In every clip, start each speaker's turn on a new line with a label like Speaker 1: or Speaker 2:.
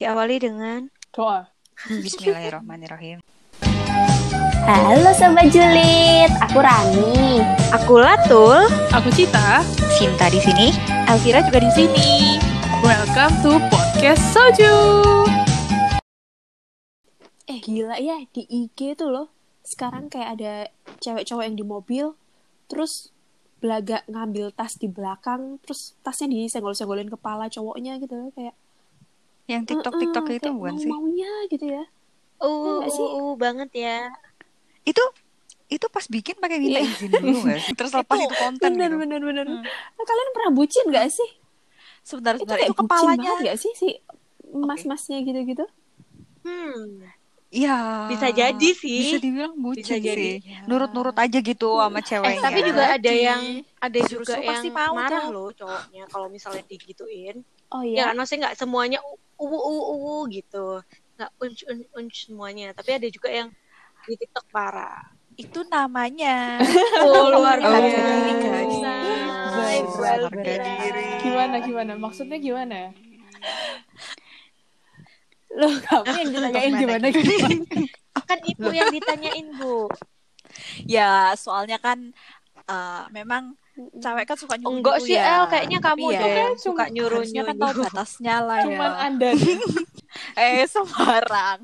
Speaker 1: Diawali dengan
Speaker 2: Doa.
Speaker 3: Bismillahirrahmanirrahim.
Speaker 4: Halo Sobat Julid, aku Rani.
Speaker 1: Aku Latul.
Speaker 2: Aku Cita.
Speaker 3: Sinta di sini.
Speaker 1: Elvira juga di sini.
Speaker 2: Welcome to podcast Soju.
Speaker 5: Eh gila ya di IG tuh loh sekarang kayak ada cewek cowok yang di mobil terus belagak ngambil tas di belakang terus tasnya disenggol-senggolin kepala cowoknya gitu loh kayak
Speaker 3: Yang TikTok
Speaker 5: "Eh, eh,"
Speaker 3: TikTok itu
Speaker 5: kayak
Speaker 3: bukan sih?
Speaker 5: maunya gitu ya
Speaker 1: Uh,
Speaker 5: Iya nggak sih?
Speaker 1: uh, uh, banget ya.
Speaker 3: Itu itu pas bikin pakai minta
Speaker 5: Iya.
Speaker 3: izin dulu nggak sih? Terus lepas itu konten
Speaker 5: bener
Speaker 3: gitu.
Speaker 5: bener bener
Speaker 3: Hmm.
Speaker 5: Nah, kalian pernah bucin gak sih
Speaker 1: Sebentar,
Speaker 5: itu
Speaker 1: sebentar.
Speaker 5: kayak
Speaker 1: Itu,
Speaker 5: bucin
Speaker 1: kepalanya.
Speaker 5: banget gak sih si mas-masnya gitu-gitu
Speaker 1: Hmm,
Speaker 3: Iya.
Speaker 1: bisa jadi sih.
Speaker 3: Bisa dibilang
Speaker 1: Bisa
Speaker 3: bucin
Speaker 1: jadi.
Speaker 3: sih. Nurut-nurut aja gitu sama ceweknya.
Speaker 1: Eh, tapi juga ada
Speaker 2: Jadi,
Speaker 1: yang ada juga
Speaker 3: justru
Speaker 1: yang
Speaker 3: pasti mau
Speaker 1: marah
Speaker 3: tuh.
Speaker 1: loh cowoknya kalau misalnya digituin.
Speaker 5: oh
Speaker 1: Ya,
Speaker 5: iya
Speaker 1: kan maksudnya nggak semuanya uwu uwu uwu gitu. Nggak unc unc unc semuanya. Tapi ada juga yang di TikTok parah.
Speaker 3: Itu namanya.
Speaker 1: Oh, luar
Speaker 3: Harga
Speaker 1: biasa.
Speaker 3: diri, guys.
Speaker 1: Nice, well
Speaker 3: Harga
Speaker 1: done.
Speaker 3: diri.
Speaker 2: Gimana gimana? Maksudnya gimana?
Speaker 5: lo kamu yang ditanyain gimana
Speaker 3: gimana?
Speaker 1: Kan itu yang ditanyain, Bu.
Speaker 3: ya, soalnya kan eh, memang cewek kan suka nyuruh
Speaker 1: Enggak sih, El. Kayaknya kamu
Speaker 3: Iya.
Speaker 1: deh yang
Speaker 2: Cuma-
Speaker 1: suka
Speaker 3: Harusnya kan tahu
Speaker 1: nyuruh-nyuruh.
Speaker 3: batasnya lah ya.
Speaker 2: Cuman anda.
Speaker 3: Eh, sembarang.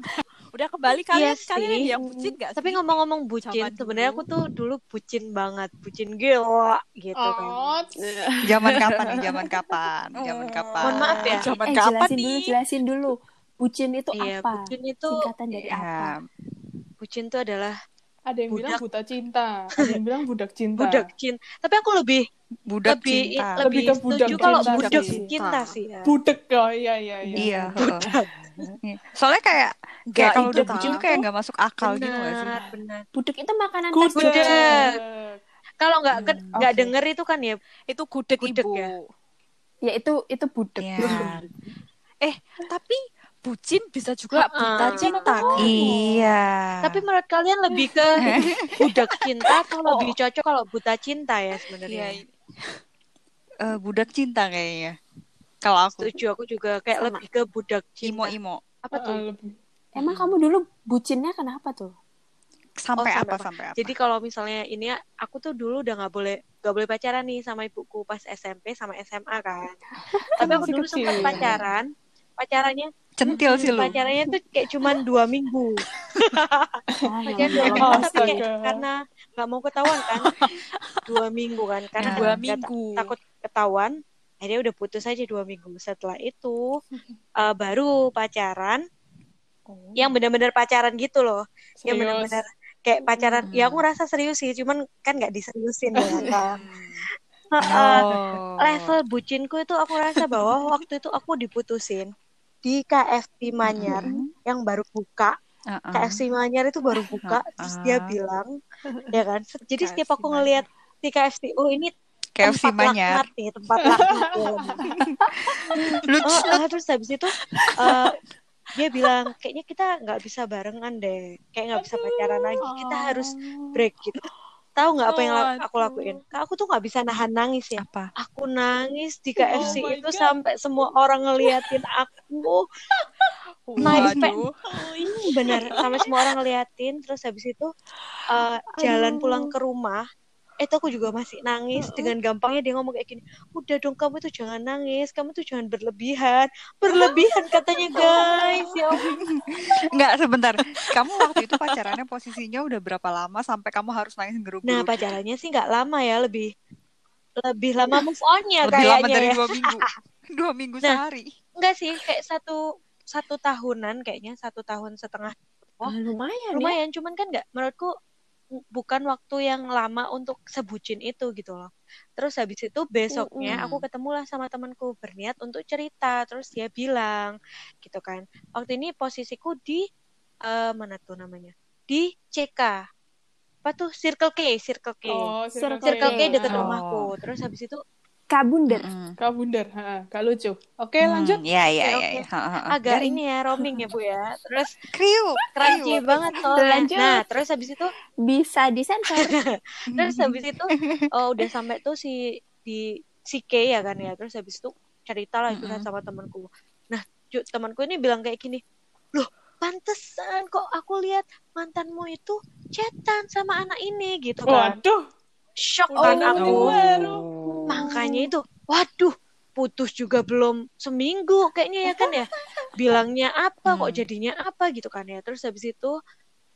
Speaker 3: Udah kembali kalian,
Speaker 1: Iya
Speaker 3: kalian
Speaker 1: sih.
Speaker 3: ada yang bucin gak
Speaker 1: Tapi
Speaker 3: sih?
Speaker 1: ngomong-ngomong bucin,
Speaker 3: Zaman
Speaker 1: sebenarnya aku
Speaker 3: dulu.
Speaker 1: tuh dulu bucin banget, bucin gila gitu kan.
Speaker 2: Oh,
Speaker 5: Eh,
Speaker 3: Zaman kapan nih? Zaman kapan? Zaman kapan?
Speaker 1: Mohon maaf ya.
Speaker 3: Zaman
Speaker 5: eh
Speaker 3: kapan
Speaker 5: jelasin
Speaker 3: nih?
Speaker 5: dulu jelasin dulu bucin itu
Speaker 1: Iya,
Speaker 5: apa
Speaker 1: bucin itu
Speaker 5: singkatan dari apa
Speaker 3: Ya,
Speaker 1: bucin tuh adalah
Speaker 2: ada yang bilang
Speaker 1: Budak.
Speaker 2: buta cinta, ada yang bilang budak cinta.
Speaker 1: budak cinta. Tapi aku lebih
Speaker 3: budak
Speaker 1: lebih
Speaker 3: cinta.
Speaker 1: lebih,
Speaker 2: Lebih ke budak
Speaker 1: setuju kalau
Speaker 2: cinta
Speaker 1: budak
Speaker 2: sih.
Speaker 1: cinta sih ya.
Speaker 2: Budak, oh iya iya iya.
Speaker 3: Iya. heeh. Soalnya kayak kayak
Speaker 5: Nggak,
Speaker 3: kalau
Speaker 5: itu
Speaker 3: udah bucin tuh
Speaker 5: tahu.
Speaker 3: kayak nggak masuk akal gitu gak sih?
Speaker 1: Benar, benar.
Speaker 5: budek itu makanan khas
Speaker 2: Budak.
Speaker 1: Budak. Kalau nggak ke-
Speaker 3: Hmm,
Speaker 1: nggak
Speaker 5: oke.
Speaker 1: denger itu kan ya.
Speaker 3: Itu gudeg,
Speaker 1: Gudeg
Speaker 3: ibu.
Speaker 1: ya?
Speaker 5: ya itu itu budek
Speaker 3: Iya. Eh, tapi bucin bisa juga
Speaker 1: Heeh.
Speaker 3: buta cinta.
Speaker 5: Oh.
Speaker 3: Iya.
Speaker 1: Tapi menurut kalian lebih ke
Speaker 3: Eh.
Speaker 1: budak cinta atau lebih cocok kalau buta cinta ya
Speaker 3: Oh. Iya.
Speaker 1: sebenarnya.
Speaker 3: Eh, budak cinta kayaknya. Kalau aku
Speaker 1: Setuju aku juga kayak
Speaker 5: Sama.
Speaker 1: lebih ke budak cinta.
Speaker 3: imo-imo
Speaker 1: Apa tuh?
Speaker 2: Ah, lebih-
Speaker 5: Emang kamu dulu bucinnya kenapa tuh?
Speaker 3: sampai,
Speaker 1: Oh, sampai
Speaker 3: apa
Speaker 1: apa?
Speaker 3: sampai apa?
Speaker 1: Jadi kalau misalnya ini ya, aku tuh dulu udah nggak boleh nggak boleh pacaran nih sama ibuku pas SMP sama SMA kan. Tapi aku
Speaker 2: Masih
Speaker 1: dulu
Speaker 2: kecil.
Speaker 1: sempat pacaran. Pacarannya
Speaker 3: Centil sih lu.
Speaker 1: pacarannya tuh kayak cuman dua minggu.
Speaker 5: Ah,
Speaker 1: Pacaran
Speaker 5: ya
Speaker 1: dua
Speaker 5: Allah.
Speaker 1: minggu tapi kayak
Speaker 2: Astaga.
Speaker 1: karena nggak mau ketahuan kan. Dua minggu kan
Speaker 2: Nah,
Speaker 1: karena
Speaker 3: Dua
Speaker 1: nggak ta-
Speaker 3: minggu.
Speaker 1: takut ketahuan. Akhirnya udah putus aja dua minggu. Setelah itu eh, baru pacaran. Yang benar-benar pacaran gitu loh. yang
Speaker 2: serius.
Speaker 1: benar-benar kayak pacaran ya aku ngerasa serius sih cuman kan nggak diseriusin ya Kak. Heeh.
Speaker 3: Oh.
Speaker 1: level bucinku itu aku rasa bahwa waktu itu aku diputusin di KFC Manyar
Speaker 3: Mm-mm.
Speaker 1: yang baru buka
Speaker 3: Heeh.
Speaker 1: KFC Manyar itu baru buka terus
Speaker 3: Ah.
Speaker 1: dia bilang ya kan Se- jadi setiap
Speaker 2: KFC
Speaker 1: aku ngelihat di KFC oh ini
Speaker 3: KFC
Speaker 1: tempat
Speaker 3: Manyar.
Speaker 1: laknat nih tempat laknat ya.
Speaker 3: Lu
Speaker 1: Oh, ah, terus habis itu eh, dia bilang kayaknya kita nggak bisa barengan deh kayak nggak bisa pacaran lagi kita harus break gitu tahu nggak apa yang la- aku lakuin Kak, aku tuh nggak bisa nahan nangis ya
Speaker 3: apa?
Speaker 1: aku nangis di KFC
Speaker 2: my
Speaker 1: itu
Speaker 2: God.
Speaker 1: sampai semua orang ngeliatin aku
Speaker 2: Oh,
Speaker 1: naik
Speaker 3: Waduh.
Speaker 1: pe- Ih, bener sampai semua orang ngeliatin terus habis itu eh, jalan pulang ke rumah itu aku juga masih nangis dengan gampangnya dia ngomong kayak gini udah dong kamu tuh jangan nangis kamu tuh jangan berlebihan berlebihan katanya guys ya ampun.
Speaker 3: Enggak sebentar. Kamu waktu itu pacarannya posisinya udah berapa lama sampai kamu harus nangis
Speaker 1: nah
Speaker 3: ngerugu?
Speaker 1: pacarannya sih nggak lama ya lebih lebih lama move onnya
Speaker 3: Lebih
Speaker 1: kayaknya
Speaker 3: lama dari
Speaker 1: ya.
Speaker 3: dua minggu. Dua minggu
Speaker 1: Nah.
Speaker 3: sehari.
Speaker 1: enggak sih kayak satu satu tahunan kayaknya satu tahun setengah
Speaker 5: Ah, lumayan ya.
Speaker 1: lumayan cuman kan nggak menurutku bukan waktu yang lama untuk sebucin itu gitu loh terus habis itu besoknya
Speaker 3: Mm-mm.
Speaker 1: aku ketemulah sama temanku berniat untuk cerita terus dia bilang gitu kan waktu ini posisiku di eh, mana tuh namanya di CK apa tuh Circle K Circle K
Speaker 2: Oh, circle,
Speaker 1: Circle K
Speaker 5: K.
Speaker 1: deket
Speaker 3: Oh.
Speaker 1: rumahku terus habis itu
Speaker 5: Kabunder.
Speaker 2: Kak Bundar, ha, Kak lucu. Oke, lanjut.
Speaker 3: Hmm. Iya, iya,
Speaker 1: Oke,
Speaker 3: iya.
Speaker 1: oke.
Speaker 3: iya. Ha, ha, ha.
Speaker 1: agak
Speaker 3: Garing.
Speaker 1: ini ya roaming ya bu ya terus
Speaker 3: kriuk.
Speaker 1: crunchy banget soalnya.
Speaker 5: Lanjut.
Speaker 1: nah terus habis itu
Speaker 5: Bisa disensor.
Speaker 1: terus
Speaker 3: Hmm.
Speaker 1: habis itu oh, udah sampai tuh si di si K ya kan ya terus habis itu cerita lah curhat sama temanku nah Ju- temanku ini bilang kayak gini loh pantesan kok aku lihat mantanmu itu cetan sama anak ini gitu kan
Speaker 2: Waduh.
Speaker 1: shock
Speaker 2: Oh,
Speaker 1: kan aku
Speaker 2: Oh.
Speaker 1: makanya itu waduh putus juga belum seminggu kayaknya ya kan ya bilangnya apa kok
Speaker 3: Hmm.
Speaker 1: jadinya apa gitu kan ya terus habis itu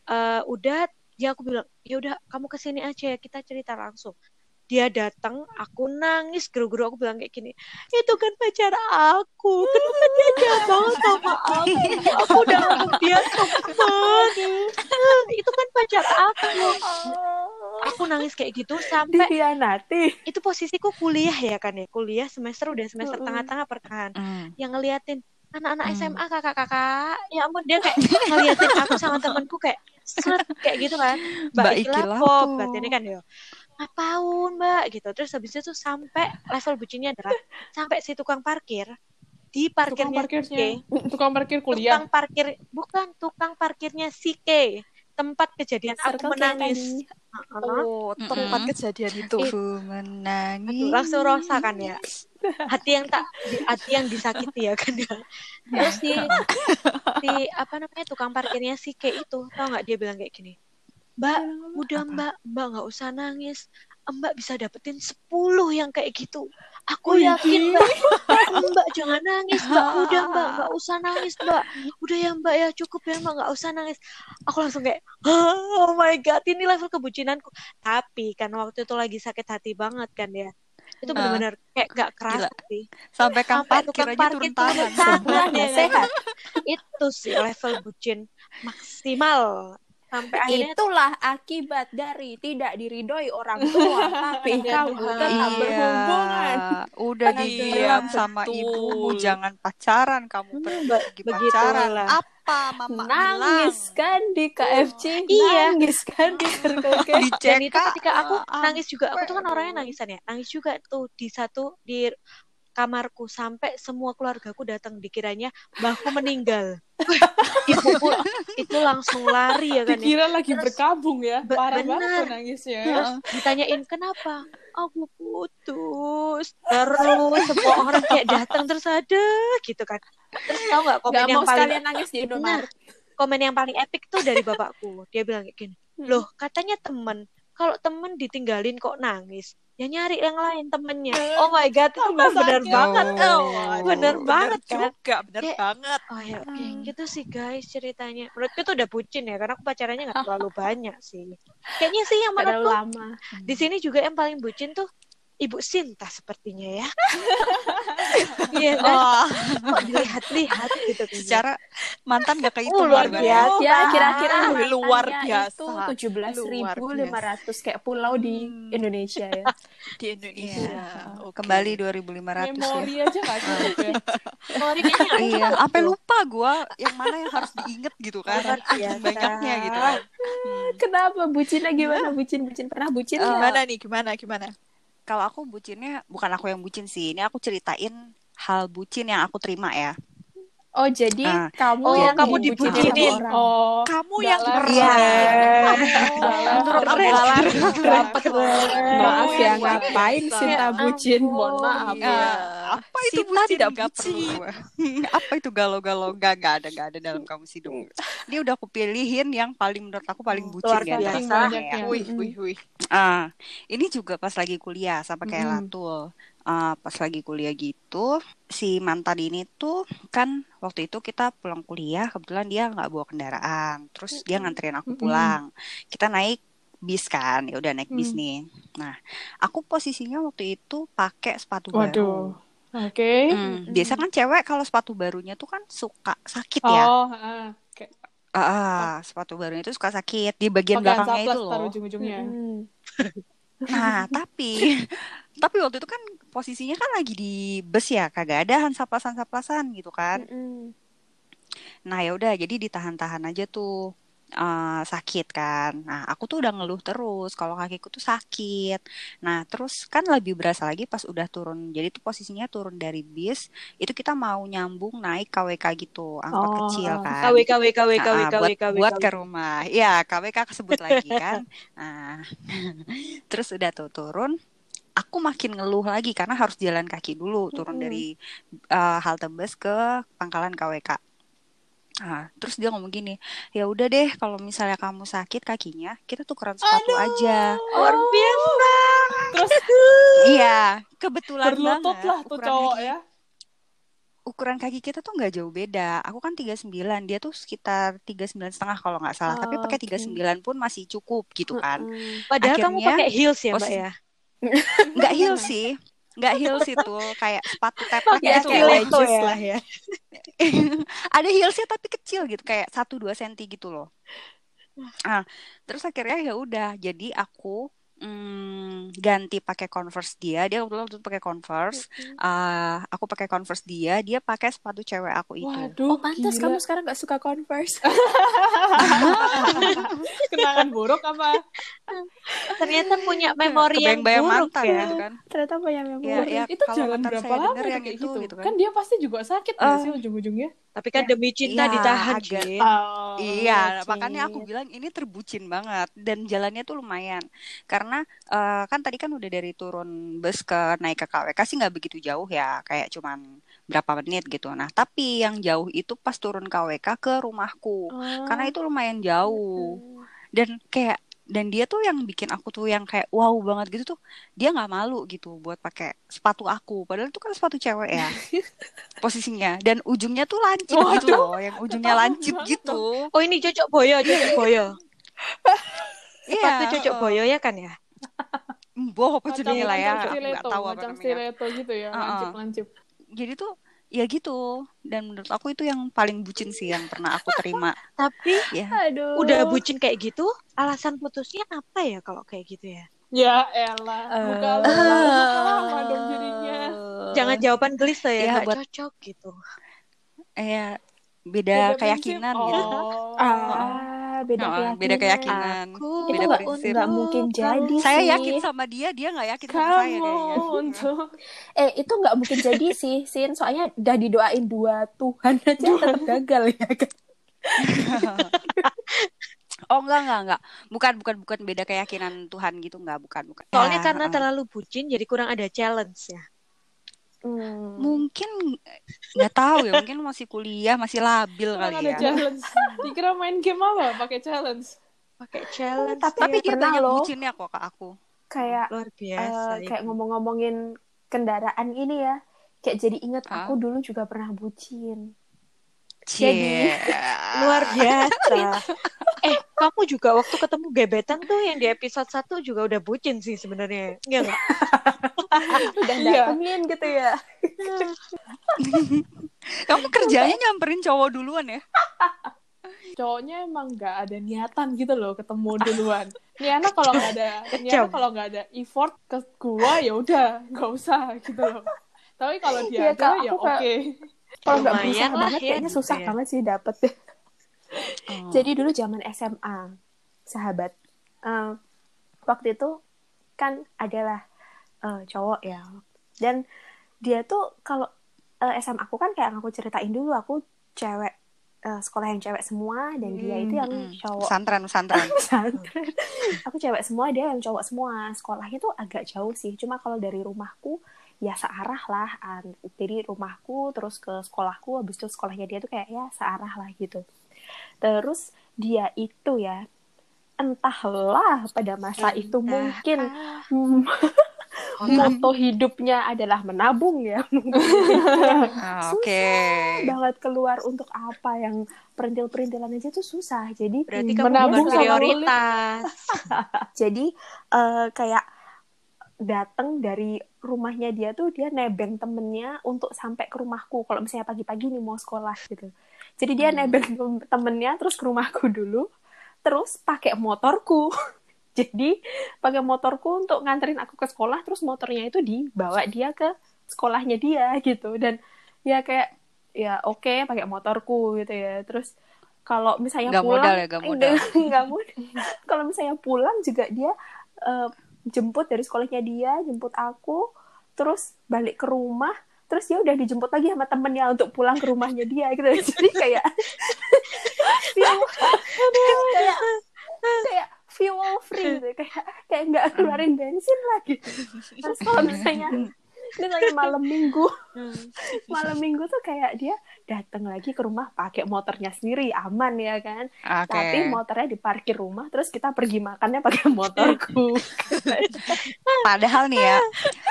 Speaker 1: eh, udah ya aku bilang ya udah kamu kesini aja ya kita cerita langsung dia datang aku nangis geru-geru aku bilang kayak gini itu kan pacar aku kenapa dia jahat banget sama aku aku udah nganggap dia teman Eh, itu kan pacar aku aku nangis kayak gitu sampai
Speaker 5: nanti
Speaker 1: itu posisiku kuliah ya kan ya kuliah semester udah semester
Speaker 5: Mm-mm.
Speaker 1: tengah-tengah pertengahan
Speaker 3: Hmm.
Speaker 1: yang ngeliatin anak-anak
Speaker 3: Mm.
Speaker 1: SMA kakak-kakak ya ampun dia kayak ngeliatin aku sama temanku kayak seret kayak gitu kan
Speaker 3: Mbak
Speaker 1: mbak
Speaker 3: Iki
Speaker 1: Iki
Speaker 3: Lapo.
Speaker 1: Pop ini kan ya ngapaun mbak gitu terus habis itu sampai level bucinnya adalah sampai si tukang parkir di
Speaker 2: Tukang
Speaker 1: parkirnya si K,
Speaker 2: parkirnya. Tukang parkir
Speaker 1: tukang
Speaker 2: kuliah.
Speaker 1: parkir bukan tukang parkirnya si K tempat kejadian aku menangis Heeh.
Speaker 3: Oh, tempat
Speaker 2: Mm-mm.
Speaker 3: kejadian itu. Aku menangis.
Speaker 1: Aduh, langsung rosa kan ya hati yang tak hati yang disakiti ya kan ya terus si si apa namanya tukang parkirnya si K itu tau nggak dia bilang kayak gini mbak udah
Speaker 3: Iya, Apa?
Speaker 1: mbak mbak nggak usah nangis Ah, mbak bisa dapetin 10 yang kayak gitu aku yakin mbak mbak jangan nangis mbak udah mbak nggak usah nangis mbak udah ya mbak ya cukup ya mbak nggak usah nangis aku langsung kayak oh my god ini level kebucinanku tapi kan waktu itu lagi sakit hati banget kan ya itu
Speaker 3: Ah.
Speaker 1: benar-benar kayak gak kerasa sih
Speaker 3: Sampai kapan
Speaker 1: sampai tukang
Speaker 3: parkir aja
Speaker 1: parkir
Speaker 3: turun tangan.
Speaker 1: turun tangan, ya
Speaker 5: ya
Speaker 1: kan?
Speaker 5: sehat
Speaker 1: itu sih level bucin maksimal sampai akhirnya
Speaker 5: itulah akibat dari tidak diridoi orang tua tapi kamu tetap
Speaker 3: Iya.
Speaker 5: berhubungan
Speaker 3: Udah
Speaker 5: Betul.
Speaker 3: diam sama ibumu, jangan pacaran kamu
Speaker 1: Hmm,
Speaker 3: pergi
Speaker 1: be-
Speaker 3: lagi
Speaker 1: begitu
Speaker 3: pacaran.
Speaker 1: lah.
Speaker 3: Apa mama
Speaker 5: nangis kan di KFC
Speaker 1: Iya.
Speaker 5: nangis kan di Circle K
Speaker 3: bilang? Di
Speaker 1: Oh, dan itu
Speaker 3: CK,
Speaker 1: ketika aku
Speaker 5: eh,
Speaker 3: ah,
Speaker 1: nangis juga aku tuh kan
Speaker 3: ampun.
Speaker 1: orangnya nangisan ya nangis juga tuh di satu di kamarku sampai semua keluargaku datang dikiranya mbahku meninggal Wih, ibuku itu langsung lari ya kan ya.
Speaker 5: Iya.
Speaker 2: Dikira lagi
Speaker 1: Terus-
Speaker 2: berkabung ya.
Speaker 1: Be-
Speaker 2: Parah banget
Speaker 1: bener.
Speaker 2: tuh nangisnya. ya.
Speaker 1: Terus ditanyain kenapa? Aku putus. Terus semua orang kayak datang terus ada gitu kan. Terus tau nggak komen
Speaker 5: Gak
Speaker 1: yang
Speaker 5: mau
Speaker 1: paling
Speaker 5: sekalian nangis di
Speaker 1: benar?
Speaker 5: Indomaret
Speaker 1: Komen yang paling epic tuh dari bapakku. Dia bilang kayak gini, loh katanya temen. Kalau temen ditinggalin kok nangis. Ya nyari yang lain temennya. Oh my god itu bener
Speaker 2: sakit.
Speaker 1: banget. Oh, bener
Speaker 3: kan? Bener
Speaker 1: banget kan.
Speaker 3: juga, bener
Speaker 1: Kayak-
Speaker 3: banget.
Speaker 1: Oh ya oke gitu sih guys ceritanya. Menurutku tuh udah bucin ya karena aku pacarannya nggak terlalu banyak sih. Kayaknya sih yang
Speaker 5: Padahal
Speaker 1: menurutku
Speaker 5: lama
Speaker 1: di sini juga yang paling bucin tuh Ibu Sinta sepertinya ya. Iya kan?
Speaker 3: Wah,
Speaker 1: Kok dilihat-lihat gitu kan.
Speaker 3: Oh. secara mantan
Speaker 1: Oh,
Speaker 3: gak kehitung
Speaker 1: luar
Speaker 3: Barbara.
Speaker 1: biasa.
Speaker 5: ya kira-kira
Speaker 3: Ah,
Speaker 5: mantannya
Speaker 3: luar biasa.
Speaker 5: itu 17.500 kayak pulau di
Speaker 3: Hmm.
Speaker 5: Indonesia ya
Speaker 3: di Indonesia.
Speaker 2: Iya.
Speaker 3: Oke. Kembali 2500
Speaker 2: Memori
Speaker 3: ya.
Speaker 2: aja gak cukup ya.
Speaker 1: Sorry, kayaknya nggak
Speaker 3: Iya,
Speaker 1: cukup
Speaker 3: sampai
Speaker 1: tuh.
Speaker 3: lupa gua yang mana yang harus diinget gitu kan.
Speaker 1: Luar biasa.
Speaker 3: Banyaknya gitu. kan. Hmm.
Speaker 5: kenapa bucinnya gimana bucin bucin pernah bucin
Speaker 3: Eh,
Speaker 5: nggak?
Speaker 3: gimana nih gimana gimana kalau aku bucinnya bukan aku yang bucin sih ini aku ceritain hal bucin yang aku terima ya
Speaker 5: oh jadi
Speaker 3: Ah.
Speaker 5: kamu
Speaker 1: Oh,
Speaker 5: yang
Speaker 1: kamu
Speaker 5: dibucinin
Speaker 1: dibucinin.
Speaker 5: sama orang.
Speaker 2: Oh.
Speaker 3: kamu
Speaker 2: Nggak
Speaker 3: yang
Speaker 2: lah.
Speaker 3: keren
Speaker 1: Menurut aku
Speaker 5: Keren.
Speaker 1: malah
Speaker 5: Keren.
Speaker 1: dapet banget.
Speaker 5: Maaf ya,
Speaker 1: Luar
Speaker 5: ngapain
Speaker 1: biasa.
Speaker 5: Sinta bucin? Mohon maaf
Speaker 3: Ya Iya.
Speaker 5: ya.
Speaker 3: apa itu
Speaker 5: Sita
Speaker 3: bucin
Speaker 5: tidak
Speaker 3: Nggak perlu
Speaker 5: bucin.
Speaker 3: gua. apa itu galau-galau nggak nggak ada nggak ada dalam kamu hidup ini udah aku pilihin yang paling menurut aku paling bucin
Speaker 1: Luar
Speaker 3: di antara
Speaker 1: biasa.
Speaker 3: semuanya ya.
Speaker 2: Wih,
Speaker 5: wih,
Speaker 2: wih.
Speaker 3: Ah, ini juga pas lagi kuliah sama kayak
Speaker 2: Mm-mm.
Speaker 3: Latul. Ah, pas lagi kuliah gitu, si mantan ini tuh kan waktu itu kita pulang kuliah, kebetulan dia nggak bawa kendaraan, terus dia nganterin aku
Speaker 2: Mm-mm.
Speaker 3: pulang. Kita naik bis kan, ya udah naik bis nih. Nah, aku posisinya waktu itu pakai sepatu baru.
Speaker 2: Waduh. Oke.
Speaker 3: Hmm, biasa kan cewek kalau sepatu barunya tuh kan suka sakit ya.
Speaker 2: Oh, heeh. Kayak
Speaker 3: Ah, ah, sepatu barunya itu suka sakit di bagian
Speaker 2: pakaian
Speaker 3: belakangnya
Speaker 2: saplas
Speaker 3: itu loh. Hmm.
Speaker 2: taruh
Speaker 5: ya.
Speaker 2: ujung-ujungnya.
Speaker 3: Nah, tapi tapi waktu itu kan posisinya kan lagi di bus ya, kagak ada hansaplasan-hansaplasan gitu
Speaker 2: Mm.
Speaker 3: kan. Nah, ya udah jadi ditahan-tahan aja tuh. eh, sakit kan. Nah, aku tuh udah ngeluh terus kalau kakiku tuh sakit. Nah, terus kan lebih berasa lagi pas udah turun. Jadi tuh posisinya turun dari bis, itu kita mau nyambung naik KWK gitu, angkot
Speaker 2: Oh,
Speaker 3: kecil
Speaker 2: oh.
Speaker 3: kan.
Speaker 1: KW KW KW KW
Speaker 3: Ah, ah,
Speaker 1: KW
Speaker 3: buat
Speaker 1: KW
Speaker 3: buat ke rumah. Iya, Ya, KWK kesebut lagi kan. Nah, terus udah tuh turun. aku makin ngeluh lagi karena harus jalan kaki dulu turun
Speaker 1: Mm-mm.
Speaker 3: dari eh, halte bus ke pangkalan KWK. Ah, terus dia ngomong gini, ya udah deh kalau misalnya kamu sakit kakinya, kita tukeran sepatu aja.
Speaker 1: luar biasa
Speaker 2: Terus
Speaker 3: Iya, kebetulan
Speaker 2: berlutut
Speaker 3: banget
Speaker 2: lah tuh
Speaker 3: ukuran
Speaker 2: cowok
Speaker 3: kaki-
Speaker 2: ya.
Speaker 3: Ukuran kaki kita tuh nggak jauh beda. Aku kan 39, dia tuh sekitar 39 setengah kalau nggak salah. Tapi
Speaker 5: Oh,
Speaker 3: pakai
Speaker 5: oke.
Speaker 3: 39 pun masih cukup gitu kan.
Speaker 1: padahal kamu
Speaker 3: Akhirnya,
Speaker 1: pakai heels ya mbak
Speaker 3: posisi-
Speaker 1: ya
Speaker 3: nggak heel sih nggak heels itu kayak sepatu teplek
Speaker 1: Pakai
Speaker 3: gitu
Speaker 1: stiletto
Speaker 3: loh.
Speaker 1: ya.
Speaker 3: ada heelsnya tapi kecil gitu kayak 1-2 senti gitu loh ah terus akhirnya ya udah jadi aku mm, ganti pakai converse dia dia kebetulan waktu itu pakai converse Ah, aku pakai converse dia dia pakai sepatu cewek aku itu
Speaker 2: Waduh.
Speaker 5: Oh, pantas
Speaker 2: gila.
Speaker 5: kamu sekarang gak suka Converse.
Speaker 2: kenangan buruk apa?
Speaker 1: ternyata punya memori yang
Speaker 3: kebayang-bayang
Speaker 1: buruk
Speaker 3: mantan
Speaker 1: ya
Speaker 3: gitu kan
Speaker 5: Ternyata apa yang
Speaker 3: Ya,
Speaker 5: memori.
Speaker 3: ya,
Speaker 2: itu
Speaker 3: kalau
Speaker 2: jalan
Speaker 3: mantan
Speaker 2: berapa
Speaker 3: saya
Speaker 2: lama
Speaker 3: denger
Speaker 2: dia
Speaker 3: yang
Speaker 2: kayak
Speaker 3: itu,
Speaker 2: gitu.
Speaker 3: gitu kan.
Speaker 2: kan. dia pasti juga sakit nggak
Speaker 3: Eh.
Speaker 2: sih ujung-ujungnya?
Speaker 1: tapi kan demi cinta
Speaker 3: Iya,
Speaker 1: ditahan
Speaker 3: agak.
Speaker 1: Jin.
Speaker 2: Oh,
Speaker 3: Iya,
Speaker 2: shit.
Speaker 3: makanya aku bilang ini terbucin banget dan jalannya tuh lumayan. Karena eh, kan tadi kan udah dari turun bus ke naik ke KWK sih nggak begitu jauh ya, kayak cuman berapa menit gitu. Nah, tapi yang jauh itu pas turun KWK ke rumahku.
Speaker 5: Oh,
Speaker 3: Karena itu lumayan jauh. Dan kayak dan dia tuh yang bikin aku tuh yang kayak wow banget gitu tuh. Dia nggak malu gitu buat pakai sepatu aku, padahal itu kan sepatu cewek ya. posisinya dan ujungnya tuh lancip gitu loh, yang ujungnya
Speaker 2: Tahu
Speaker 3: lancip
Speaker 2: banget
Speaker 3: gitu.
Speaker 1: oh ini cocok boyo cocok boyo sepatu
Speaker 3: Iya,
Speaker 1: cocok
Speaker 3: eh,
Speaker 1: boyo ya kan ya
Speaker 3: Boh, apa
Speaker 2: Macam-
Speaker 3: judulnya lah ya?
Speaker 2: macam
Speaker 3: Hmm, Aku nggak
Speaker 2: stiletto,
Speaker 3: tahu apa
Speaker 2: macam
Speaker 3: namanya.
Speaker 2: stiletto gitu ya,
Speaker 3: Ah, ah.
Speaker 2: lancip-lancip.
Speaker 3: Jadi tuh ya gitu. Dan menurut aku itu yang paling bucin sih yang pernah aku terima.
Speaker 1: tapi
Speaker 3: Ya,
Speaker 5: Aduh.
Speaker 1: udah bucin kayak gitu alasan putusnya apa ya kalau kayak gitu ya
Speaker 2: Ya elah, buka lama lama dong jadinya.
Speaker 1: jangan jawaban gelis lah ya,
Speaker 3: Ya,
Speaker 1: nggak
Speaker 3: buat-
Speaker 1: cocok gitu
Speaker 3: eh
Speaker 2: Beda
Speaker 3: beda keyakinan
Speaker 2: prinsip.
Speaker 3: gitu.
Speaker 2: Oh.
Speaker 5: Ah, beda
Speaker 3: Nah,
Speaker 5: keyakinan.
Speaker 3: beda keyakinan.
Speaker 1: aku
Speaker 5: Itu
Speaker 3: Beda
Speaker 5: nggak
Speaker 3: prinsip.
Speaker 5: nggak mungkin jadi
Speaker 3: Saya
Speaker 5: sih.
Speaker 3: yakin sama dia, dia nggak yakin sama saya
Speaker 2: Kamu
Speaker 3: kayaknya.
Speaker 2: untuk
Speaker 5: Eh, itu nggak mungkin jadi sih, Sin. Soalnya udah didoain dua Tuhan aja tetap gagal ya. kan?
Speaker 3: Oh enggak enggak enggak. Bukan bukan bukan beda keyakinan Tuhan gitu enggak, bukan bukan.
Speaker 1: soalnya
Speaker 3: Ya,
Speaker 1: karena
Speaker 3: eh.
Speaker 1: terlalu bucin jadi kurang ada challenge ya
Speaker 5: Hmm,
Speaker 3: mungkin nggak tahu ya, mungkin masih kuliah, masih labil
Speaker 2: Kurang
Speaker 3: kali
Speaker 2: ada
Speaker 3: ya.
Speaker 2: challenge. Dikira main game apa? Pakai challenge.
Speaker 1: pakai challenge
Speaker 5: Tapi,
Speaker 3: Tapi dia banyak
Speaker 5: pernah loh
Speaker 3: bucinnya kok ke aku.
Speaker 5: kayak
Speaker 1: luar
Speaker 5: eh,
Speaker 1: biasa itu.
Speaker 5: kayak ngomong-ngomongin kendaraan ini ya. Kayak jadi inget
Speaker 3: Ah.
Speaker 5: aku dulu juga pernah bucin.
Speaker 3: Cie.
Speaker 1: luar biasa Ah, gitu. eh kamu juga waktu ketemu gebetan tuh yang di episode 1 juga udah bucin sih sebenarnya Iya nggak?
Speaker 5: Udah
Speaker 2: Iya.
Speaker 5: datengin gitu ya.
Speaker 3: Kamu kerjanya nyamperin cowok duluan ya?
Speaker 2: Cowoknya emang nggak ada niatan gitu loh ketemu duluan. Ini anak kalau nggak ada, ini anak kalau nggak ada effort ke gua ya udah nggak usah gitu loh. Tapi kalau dia
Speaker 5: Iya, Kak,
Speaker 2: ada ya
Speaker 5: aku
Speaker 2: oke.
Speaker 5: kayak- Kalau nggak
Speaker 1: Lumayan
Speaker 5: berusaha
Speaker 1: lah
Speaker 5: banget,
Speaker 1: ya,
Speaker 5: kayaknya
Speaker 1: gitu
Speaker 5: susah
Speaker 1: ya.
Speaker 5: banget sih dapet deh.
Speaker 3: Oh.
Speaker 5: Jadi dulu zaman SMA, sahabat. Eh, waktu itu kan adalah eh, cowok ya. Dan dia tuh kalau eh, SMA aku kan kayak yang aku ceritain dulu aku cewek eh, sekolah yang cewek semua dan dia itu yang
Speaker 3: Mm-mm.
Speaker 5: kan cowok
Speaker 3: Santran, santran.
Speaker 5: pesantren. aku cewek semua dia yang cowok semua sekolahnya tuh agak jauh sih cuma kalau dari rumahku ya searah lah An- jadi rumahku terus ke sekolahku habis itu sekolahnya dia tuh kayak ya searah lah gitu terus dia itu ya entahlah pada masa itu mungkin
Speaker 1: Ah.
Speaker 5: hmm,
Speaker 2: Iya.
Speaker 5: moto hidupnya adalah menabung ya
Speaker 3: Ah,
Speaker 5: Susah
Speaker 3: Oke.
Speaker 5: banget keluar untuk apa yang perintil-perintilan aja tuh susah jadi
Speaker 1: berarti kamu
Speaker 5: hmm,
Speaker 1: bukan
Speaker 2: Menabung sama
Speaker 1: prioritas
Speaker 5: jadi eh, kayak datang dari rumahnya dia tuh dia nebeng temennya untuk sampai ke rumahku kalau misalnya pagi-pagi nih mau sekolah gitu jadi
Speaker 3: Hmm.
Speaker 5: dia nebeng tem- temennya terus ke rumahku dulu terus pakai motorku jadi pakai motorku untuk nganterin aku ke sekolah terus motornya itu dibawa dia ke sekolahnya dia gitu dan ya kayak ya oke pakai motorku gitu ya terus kalau misalnya
Speaker 3: Nggak
Speaker 5: pulang
Speaker 3: modal ya, nggak modal.
Speaker 5: Eh, nggak modal. kalau misalnya pulang juga dia eh, jemput dari sekolahnya dia jemput aku terus balik ke rumah terus dia udah dijemput lagi sama temennya untuk pulang ke rumahnya dia gitu jadi kayak fuel kayak kayak fuel free gitu kayak kayak nggak keluarin bensin lagi terus kok malam minggu malam minggu tuh kayak dia datang lagi ke rumah pakai motornya sendiri aman ya kan
Speaker 3: Ah, Oke.
Speaker 5: tapi motornya diparkir rumah terus kita pergi makannya pakai
Speaker 3: Iya,
Speaker 5: motorku
Speaker 3: Padahal nih ya,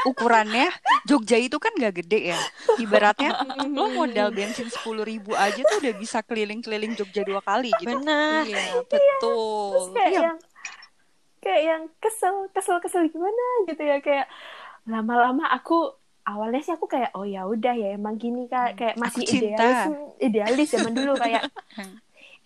Speaker 3: ukurannya Jogja itu kan gak gede ya. Ibaratnya lo modal bensin 10.000 ribu aja tuh udah bisa keliling-keliling Jogja dua kali gitu.
Speaker 1: Benar.
Speaker 3: Iya, betul. Iya,
Speaker 5: terus kayak ya. yang kayak yang kesel kesel kesel gimana gitu ya kayak lama-lama aku awalnya sih aku kayak oh ya udah ya emang gini kak kayak
Speaker 3: Hmm,
Speaker 5: masih
Speaker 3: Aku cinta. Hmm.
Speaker 5: idealis idealis zaman dulu kayak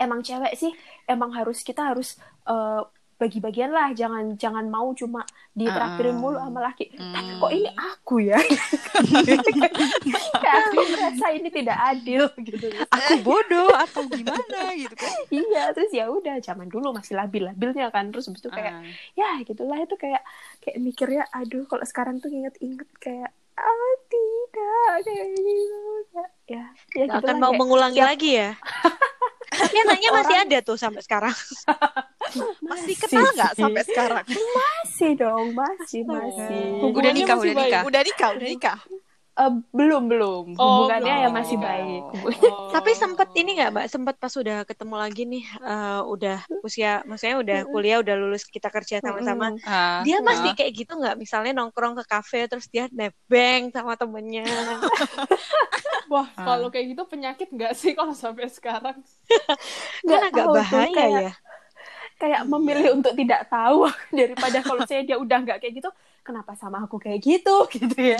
Speaker 5: emang cewek sih emang harus kita harus eh, bagi-bagian lah jangan jangan mau cuma ditraktirin
Speaker 3: Ah.
Speaker 5: mulu sama laki tapi
Speaker 3: Hmm.
Speaker 5: kok ini aku ya kayak aku merasa ini tidak adil gitu
Speaker 3: Aku bodoh atau gimana gitu kan.
Speaker 5: iya terus ya udah zaman dulu masih labil-labilnya kan terus habis itu kayak
Speaker 1: Ah.
Speaker 3: Ah.
Speaker 5: ya gitulah itu kayak kayak mikirnya aduh kalau sekarang tuh inget-inget kayak ah tidak kayak gitu ya ya, ya
Speaker 1: Nggak
Speaker 5: gitulah,
Speaker 1: akan mau
Speaker 5: kayak,
Speaker 1: mengulangi
Speaker 5: tiap-
Speaker 1: lagi ya. Tapi anaknya masih ada tuh sampai sekarang.
Speaker 3: Masih kenal nggak sampai sekarang?
Speaker 5: masih dong masih masih
Speaker 2: Hubungannya
Speaker 3: Udah nikah,
Speaker 2: masih
Speaker 3: udah
Speaker 2: baik.
Speaker 3: nikah.
Speaker 6: Udah nikah, udah nikah.
Speaker 5: Eh, belum belum
Speaker 2: Oh,
Speaker 5: hubungannya
Speaker 2: belum.
Speaker 5: ya masih baik
Speaker 2: Oh.
Speaker 1: Tapi sempet ini nggak mbak? Sempet pas udah ketemu lagi nih, eh, udah usia, maksudnya udah kuliah, udah lulus, kita kerja sama-sama.
Speaker 3: Ah,
Speaker 1: Dia masih
Speaker 3: ah.
Speaker 1: kayak gitu nggak? Misalnya nongkrong ke kafe, terus dia nebeng sama temennya.
Speaker 2: Wah,
Speaker 5: Ah.
Speaker 2: kalau kayak gitu penyakit nggak sih kalau sampai sekarang?
Speaker 1: kan agak
Speaker 5: tahu tuh,
Speaker 1: bahaya
Speaker 5: kayak,
Speaker 1: ya. Iya.
Speaker 5: kayak memilih untuk tidak tahu daripada kalau saya dia udah nggak kayak gitu kenapa sama aku kayak gitu gitu ya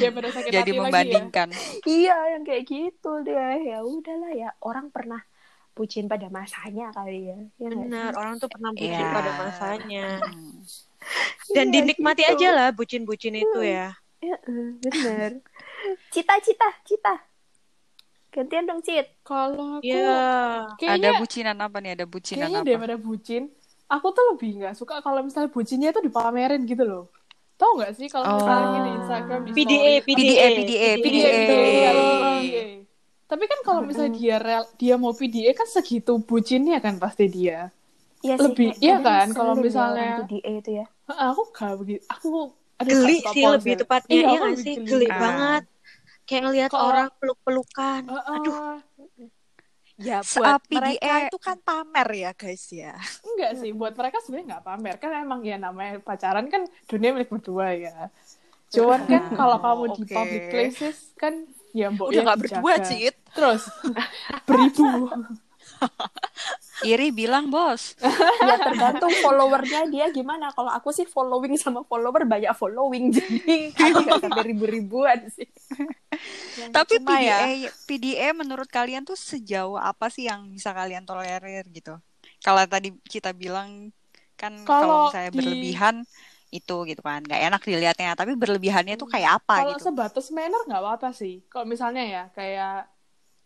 Speaker 2: Daripada sakit
Speaker 3: jadi
Speaker 2: hati lagi ya.
Speaker 3: membandingkan.
Speaker 5: iya yang kayak gitu deh ya udahlah ya orang pernah pujian pada masanya kali ya, ya nggak sih?
Speaker 1: Benar, orang tuh pernah bucin
Speaker 3: Iya.
Speaker 1: pada masanya.
Speaker 3: Hmm.
Speaker 1: Dan
Speaker 5: Iya,
Speaker 1: dinikmati
Speaker 5: gitu.
Speaker 1: aja lah bucin-bucin itu ya.
Speaker 5: Heeh, bener. Cita-cita, cita. Gantian dong, Cit.
Speaker 2: ya. Kalau aku,
Speaker 1: Iya.
Speaker 3: Ada
Speaker 2: kayaknya,
Speaker 3: bucinan kan apa nih? Ada bucinan
Speaker 2: kayaknya
Speaker 3: apa?
Speaker 2: daripada bucin, aku tuh lebih nggak suka kalau misalnya bucinnya itu dipamerin gitu loh. Tau nggak sih kalau misalnya
Speaker 5: Oh.
Speaker 2: di Instagram, di
Speaker 1: PDA,
Speaker 2: story,
Speaker 1: PDA,
Speaker 3: PDA,
Speaker 2: PDA,
Speaker 3: PDA.
Speaker 2: gitu. Iya. Tapi kan kalau misalnya dia rel, dia mau PDA kan segitu bucinnya kan pasti dia.
Speaker 5: Iya
Speaker 2: Lebih,
Speaker 5: Kak.
Speaker 2: iya
Speaker 5: Kadang
Speaker 2: kan,
Speaker 5: sering
Speaker 2: kalau
Speaker 5: ya orang
Speaker 2: misalnya-
Speaker 5: PDA itu ya.
Speaker 2: Heeh, aku gak begitu, aku aduh,
Speaker 1: Geli
Speaker 2: gak suka
Speaker 1: sih
Speaker 2: porn
Speaker 1: lebih
Speaker 2: sih.
Speaker 1: tepatnya. Iya
Speaker 2: aku
Speaker 1: nggak
Speaker 2: lebih
Speaker 1: sih? Geli
Speaker 3: Ah.
Speaker 1: banget. Kayak ngelihat
Speaker 2: Kok-
Speaker 1: orang peluk-pelukan. Aduh,
Speaker 2: Heeh.
Speaker 6: Ya, buat
Speaker 3: Seapi
Speaker 6: mereka
Speaker 3: dia-
Speaker 6: itu kan pamer ya, guys ya.
Speaker 2: Enggak sih, buat mereka sebenarnya nggak pamer kan emang ya namanya pacaran kan dunia milik berdua ya. Cuman kan kalau kamu di
Speaker 6: oke.
Speaker 2: public places kan ya mbok ya
Speaker 6: Udah nggak
Speaker 2: dijaga.
Speaker 6: berdua, Cit.
Speaker 2: Terus beribu.
Speaker 3: Iri bilang bos.
Speaker 5: Ya tergantung followernya dia gimana. Kalau aku sih following sama follower banyak following. Jadi aku nggak sampai ribu-ribuan sih.
Speaker 3: Tapi E
Speaker 6: Cuma ya.
Speaker 3: PDA, PDA E menurut kalian tuh sejauh apa sih yang bisa kalian tolerir gitu? Kalau tadi kita bilang kan
Speaker 2: Kalau
Speaker 3: kalau misalnya
Speaker 2: di-
Speaker 3: berlebihan itu gitu kan nggak enak dilihatnya. Tapi berlebihannya tuh kayak apa
Speaker 2: Kalau
Speaker 3: gitu?
Speaker 2: sebatas manner nggak apa-apa sih. Kalau misalnya ya kayak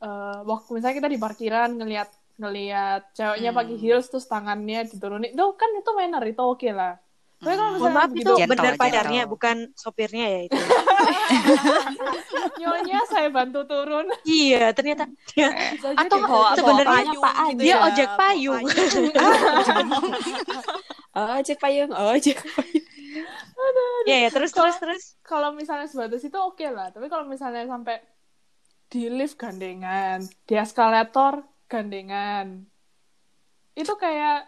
Speaker 2: eh, waktu misalnya kita di parkiran ngelihat ngelihat ceweknya
Speaker 3: Hmm.
Speaker 2: pakai heels terus tangannya diturunin itu kan itu manner itu oke lah. Tapi kalau
Speaker 3: Hmm.
Speaker 1: mohon
Speaker 2: misalnya
Speaker 1: maaf
Speaker 2: begitu-
Speaker 1: itu
Speaker 3: Gentle,
Speaker 1: benar
Speaker 3: gentle.
Speaker 1: pacarnya, bukan sopirnya ya itu.
Speaker 2: Nyonya saya bantu turun.
Speaker 1: iya, ternyata dia Atau
Speaker 2: gitu.
Speaker 6: Bawa- bawa
Speaker 1: sebenarnya
Speaker 6: payung
Speaker 5: apaan?
Speaker 6: gitu
Speaker 1: dia
Speaker 6: ya,
Speaker 1: ojek
Speaker 6: bawa
Speaker 1: payung.
Speaker 5: Oh, cek payung. Oh, cek
Speaker 1: Iya, ya, terus terus terus.
Speaker 2: kalau misalnya sebatas itu oke lah tapi kalau misalnya sampai di lift gandengan di eskalator gandengan itu kayak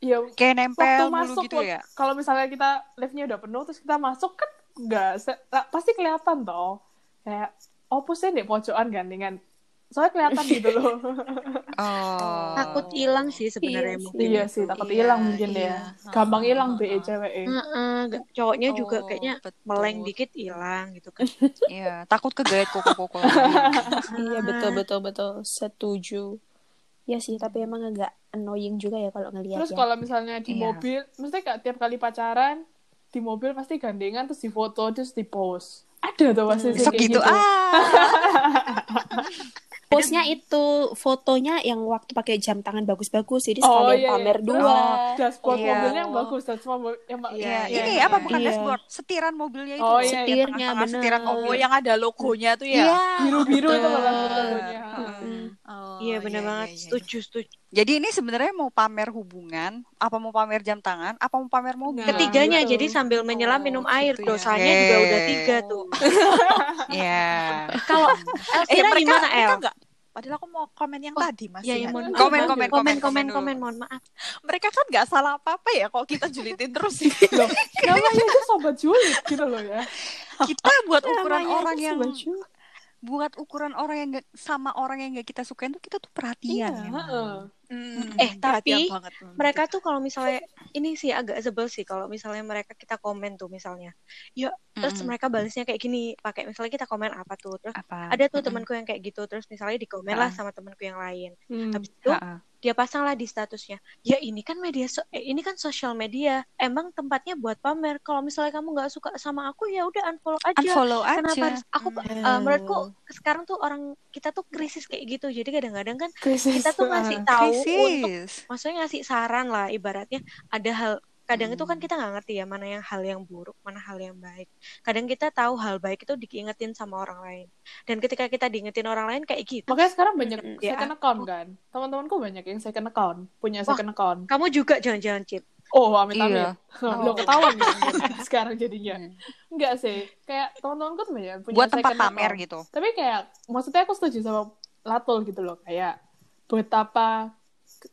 Speaker 2: ya
Speaker 3: Kayak
Speaker 2: waktu
Speaker 3: nempel mulu
Speaker 2: masuk
Speaker 3: gitu
Speaker 2: wak-
Speaker 3: ya?
Speaker 2: kalau misalnya kita liftnya udah penuh terus kita masuk kan nggak se- nah, pasti kelihatan toh kayak opusnya di pojokan gandengan soalnya kelihatan gitu loh
Speaker 3: Oh.
Speaker 1: Takut hilang sih sebenarnya
Speaker 5: Iya sih.
Speaker 1: mungkin.
Speaker 2: iya sih takut
Speaker 3: Iya,
Speaker 2: hilang mungkin
Speaker 3: iya. Hmm,
Speaker 2: ya gampang hilang be cewek eh.
Speaker 1: Heeh, nggak- cowoknya juga
Speaker 3: Oh,
Speaker 1: kayaknya
Speaker 3: betul.
Speaker 1: meleng dikit hilang gitu kan.
Speaker 3: Iya, takut kegayat koko-koko.
Speaker 5: Iya
Speaker 1: Ah.
Speaker 5: betul betul betul setuju. Ya sih tapi emang agak annoying juga ya kalau ngelihat
Speaker 2: Terus
Speaker 5: ya.
Speaker 2: kalau misalnya di
Speaker 3: Iya.
Speaker 2: mobil, mesti kayak tiap kali pacaran di mobil pasti gandengan terus difoto terus dipost. Ada tuh pasti sih
Speaker 3: Besok
Speaker 2: kayak
Speaker 3: gitu ah.
Speaker 5: Postnya itu fotonya yang waktu pakai jam tangan bagus-bagus jadi
Speaker 2: Oh,
Speaker 5: sekalian
Speaker 2: iya, iya.
Speaker 5: pamer
Speaker 2: Terus-
Speaker 5: dua.
Speaker 2: Dashboard
Speaker 3: Iya.
Speaker 2: mobilnya yang bagus, dashboard mobil yang ba-
Speaker 6: Iya,
Speaker 3: Iya, ini
Speaker 6: iya,
Speaker 3: apa bukan
Speaker 5: iya.
Speaker 3: dashboard? Setiran mobilnya itu.
Speaker 2: Oh,
Speaker 3: loh.
Speaker 2: iya, iya,
Speaker 5: Setirnya,
Speaker 3: tengah-tengah Setiran
Speaker 5: bener.
Speaker 6: Oh,
Speaker 3: mobil.
Speaker 6: yang ada logonya tuh ya.
Speaker 3: Iya.
Speaker 2: biru-biru itu
Speaker 3: Betul.
Speaker 2: loh lagu-lagunya.
Speaker 5: Hmm.
Speaker 3: Heeh.
Speaker 6: Oh,
Speaker 1: iya benar banget
Speaker 6: iya, iya.
Speaker 1: setuju setuju
Speaker 3: Jadi ini sebenarnya mau pamer hubungan, apa mau pamer jam tangan, apa mau pamer mobil?
Speaker 2: Nah,
Speaker 1: ketiganya
Speaker 2: betul.
Speaker 1: jadi sambil menyelam
Speaker 6: Hmm. Iya, Oh,
Speaker 1: minum
Speaker 6: gitu
Speaker 1: air
Speaker 6: ya.
Speaker 1: dosanya juga udah
Speaker 3: Oke.
Speaker 1: tiga tuh
Speaker 3: Ya.
Speaker 1: kalau Elvira
Speaker 6: Eh, mereka-
Speaker 1: gimana El
Speaker 6: mereka nggak- Padahal aku mau komen yang tadi Mas.
Speaker 1: Iya, iya,
Speaker 6: Ihan.
Speaker 1: mohon maaf.
Speaker 3: Komen, komen,
Speaker 1: komen
Speaker 3: komen,
Speaker 1: komen
Speaker 3: komen dulu.
Speaker 1: komen mohon maaf
Speaker 6: Mereka kan nggak salah apa-apa ya kalau kita julitin terus.
Speaker 2: Loh, namanya itu sobat julid gitu loh ya.
Speaker 3: Kita buat
Speaker 5: Iya,
Speaker 3: ukuran
Speaker 2: Namanya
Speaker 3: orang
Speaker 2: itu
Speaker 3: yang
Speaker 2: sobat julid.
Speaker 3: buat ukuran orang yang nggak- sama orang yang nggak kita sukain tuh kita tuh perhatian.
Speaker 2: Iya,
Speaker 3: memang.
Speaker 2: heeh.
Speaker 6: Mm,
Speaker 1: Eh,
Speaker 6: perhatian
Speaker 1: tapi
Speaker 6: banget. Mm.
Speaker 1: mereka tuh kalau misalnya ini sih agak sebel sih kalau misalnya mereka kita komen tuh misalnya yuk terus
Speaker 3: Mm-mm.
Speaker 1: mereka balasnya kayak gini pakai misalnya kita komen apa tuh terus
Speaker 3: apa?
Speaker 6: Hmm.
Speaker 1: ada tuh
Speaker 3: Mm-mm.
Speaker 1: temanku yang kayak gitu terus misalnya dikomen lah
Speaker 3: Ah.
Speaker 1: sama temanku yang lain
Speaker 2: Hmm.
Speaker 1: habis itu
Speaker 3: Ha-ha.
Speaker 1: dia pasang lah di statusnya ya ini kan media so- eh, ini kan sosial media emang tempatnya buat pamer kalau misalnya kamu nggak suka sama aku ya udah unfollow aja
Speaker 3: Unfollow
Speaker 1: "Iya, kenapa
Speaker 3: aja.
Speaker 1: harus aku
Speaker 6: Hmm.
Speaker 1: eh, menurutku sekarang tuh orang kita tuh krisis kayak gitu jadi kadang-kadang kan
Speaker 2: Krisis.
Speaker 1: kita tuh ngasih
Speaker 2: Ah.
Speaker 1: tahu untuk
Speaker 3: Krisis.
Speaker 1: maksudnya ngasih saran lah ibaratnya ada hal kadang itu kan
Speaker 3: Hmm.
Speaker 1: kita nggak ngerti ya mana yang hal yang buruk mana hal yang baik kadang kita tahu hal baik itu diingetin sama orang lain dan ketika kita diingetin orang lain kayak gitu
Speaker 2: Makanya sekarang banyak
Speaker 1: Mm, iya.
Speaker 2: second account kan. Teman-temanku banyak yang second account, punya second account.
Speaker 1: kamu juga jangan-jangan Cip
Speaker 2: Oh, amit
Speaker 3: Iya.
Speaker 2: amit. Lo ketahuan ya sekarang jadinya.
Speaker 3: Hmm.
Speaker 2: Enggak sih. Kayak teman-temanku tuh banyak yang punya
Speaker 3: Buat tempat
Speaker 2: second
Speaker 3: pamer
Speaker 2: account.
Speaker 3: gitu.
Speaker 2: Tapi kayak maksudnya aku setuju sama Latul gitu loh, kayak betapa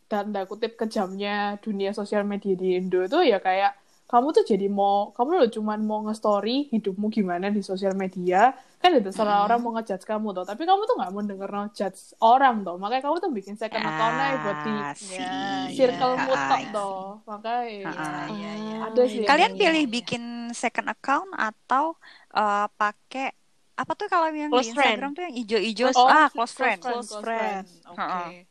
Speaker 2: tanda kutip kejamnya dunia sosial media di Indo itu ya kayak kamu tuh jadi mau kamu lo cuman mau nge-story hidupmu gimana di sosial media kan itu salah
Speaker 3: Hmm.
Speaker 2: orang mau ngejudge kamu tuh tapi kamu tuh nggak mau denger ngejudge orang tuh makanya kamu tuh bikin
Speaker 3: Ah,
Speaker 2: second account aja buat di
Speaker 3: Asik.
Speaker 6: Ya,
Speaker 2: circlemu
Speaker 3: Ha-ha.
Speaker 2: tok tuh makanya
Speaker 6: Iya,
Speaker 3: iya. Ah.
Speaker 6: iya, iya.
Speaker 2: Ada sih.
Speaker 3: Kalian
Speaker 2: Iya,
Speaker 3: pilih bikin second account atau eh, pakai apa tuh kalau yang
Speaker 1: Close
Speaker 3: di Instagram tuh yang ijo-ijo
Speaker 2: Close- oh,
Speaker 3: ah close friend.
Speaker 2: close
Speaker 6: close friend. Oke.
Speaker 3: Ha-ha.